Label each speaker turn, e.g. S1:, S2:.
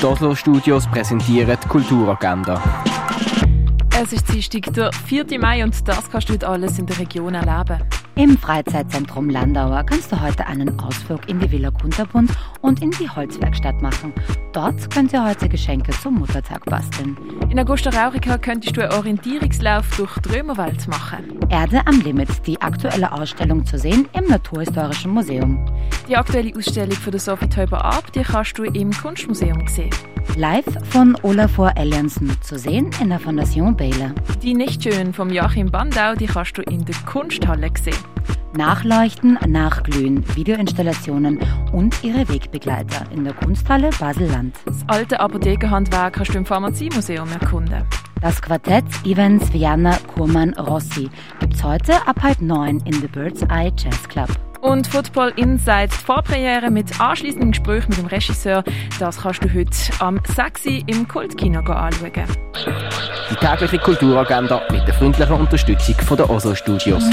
S1: Die Oslo Studios präsentieren die Kulturagenda.
S2: Es ist Dienstag, der 4. Mai und das kannst du heute alles in der Region erleben.
S3: Im Freizeitzentrum Landauer kannst du heute einen Ausflug in die Villa Kunterbund und in die Holzwerkstatt machen. Dort könnt ihr heute Geschenke zum Muttertag basteln.
S2: In Augusta Raurica könntest du einen Orientierungslauf durch den Römerwald machen.
S3: Erde am Limit, die aktuelle Ausstellung zu sehen im Naturhistorischen Museum.
S2: Die aktuelle Ausstellung von der Sophie Teuber ab, die kannst du im Kunstmuseum sehen.
S3: Live von Olafur Elliansen zu sehen in der Fondation Baylor.
S2: Die Nichtschön vom Joachim Bandau, die kannst du in der Kunsthalle sehen.
S3: Nachleuchten, Nachglühen, Videoinstallationen und ihre Wegbegleiter in der Kunsthalle Basel-Land.
S2: Das alte Apothekerhandwerk kannst du im Pharmaziemuseum erkunden.
S3: Das Quartett Evans, Viana, Kurman, Rossi gibt's heute ab halb neun in The Bird's Eye Jazz Club.
S2: Und Football Inside, die Vorpremiere mit anschließendem Gespräch mit dem Regisseur, das kannst du heute am 6. Uhr im Kultkino anschauen.
S1: Die tägliche Kulturagenda mit der freundlichen Unterstützung von der Oslo Studios.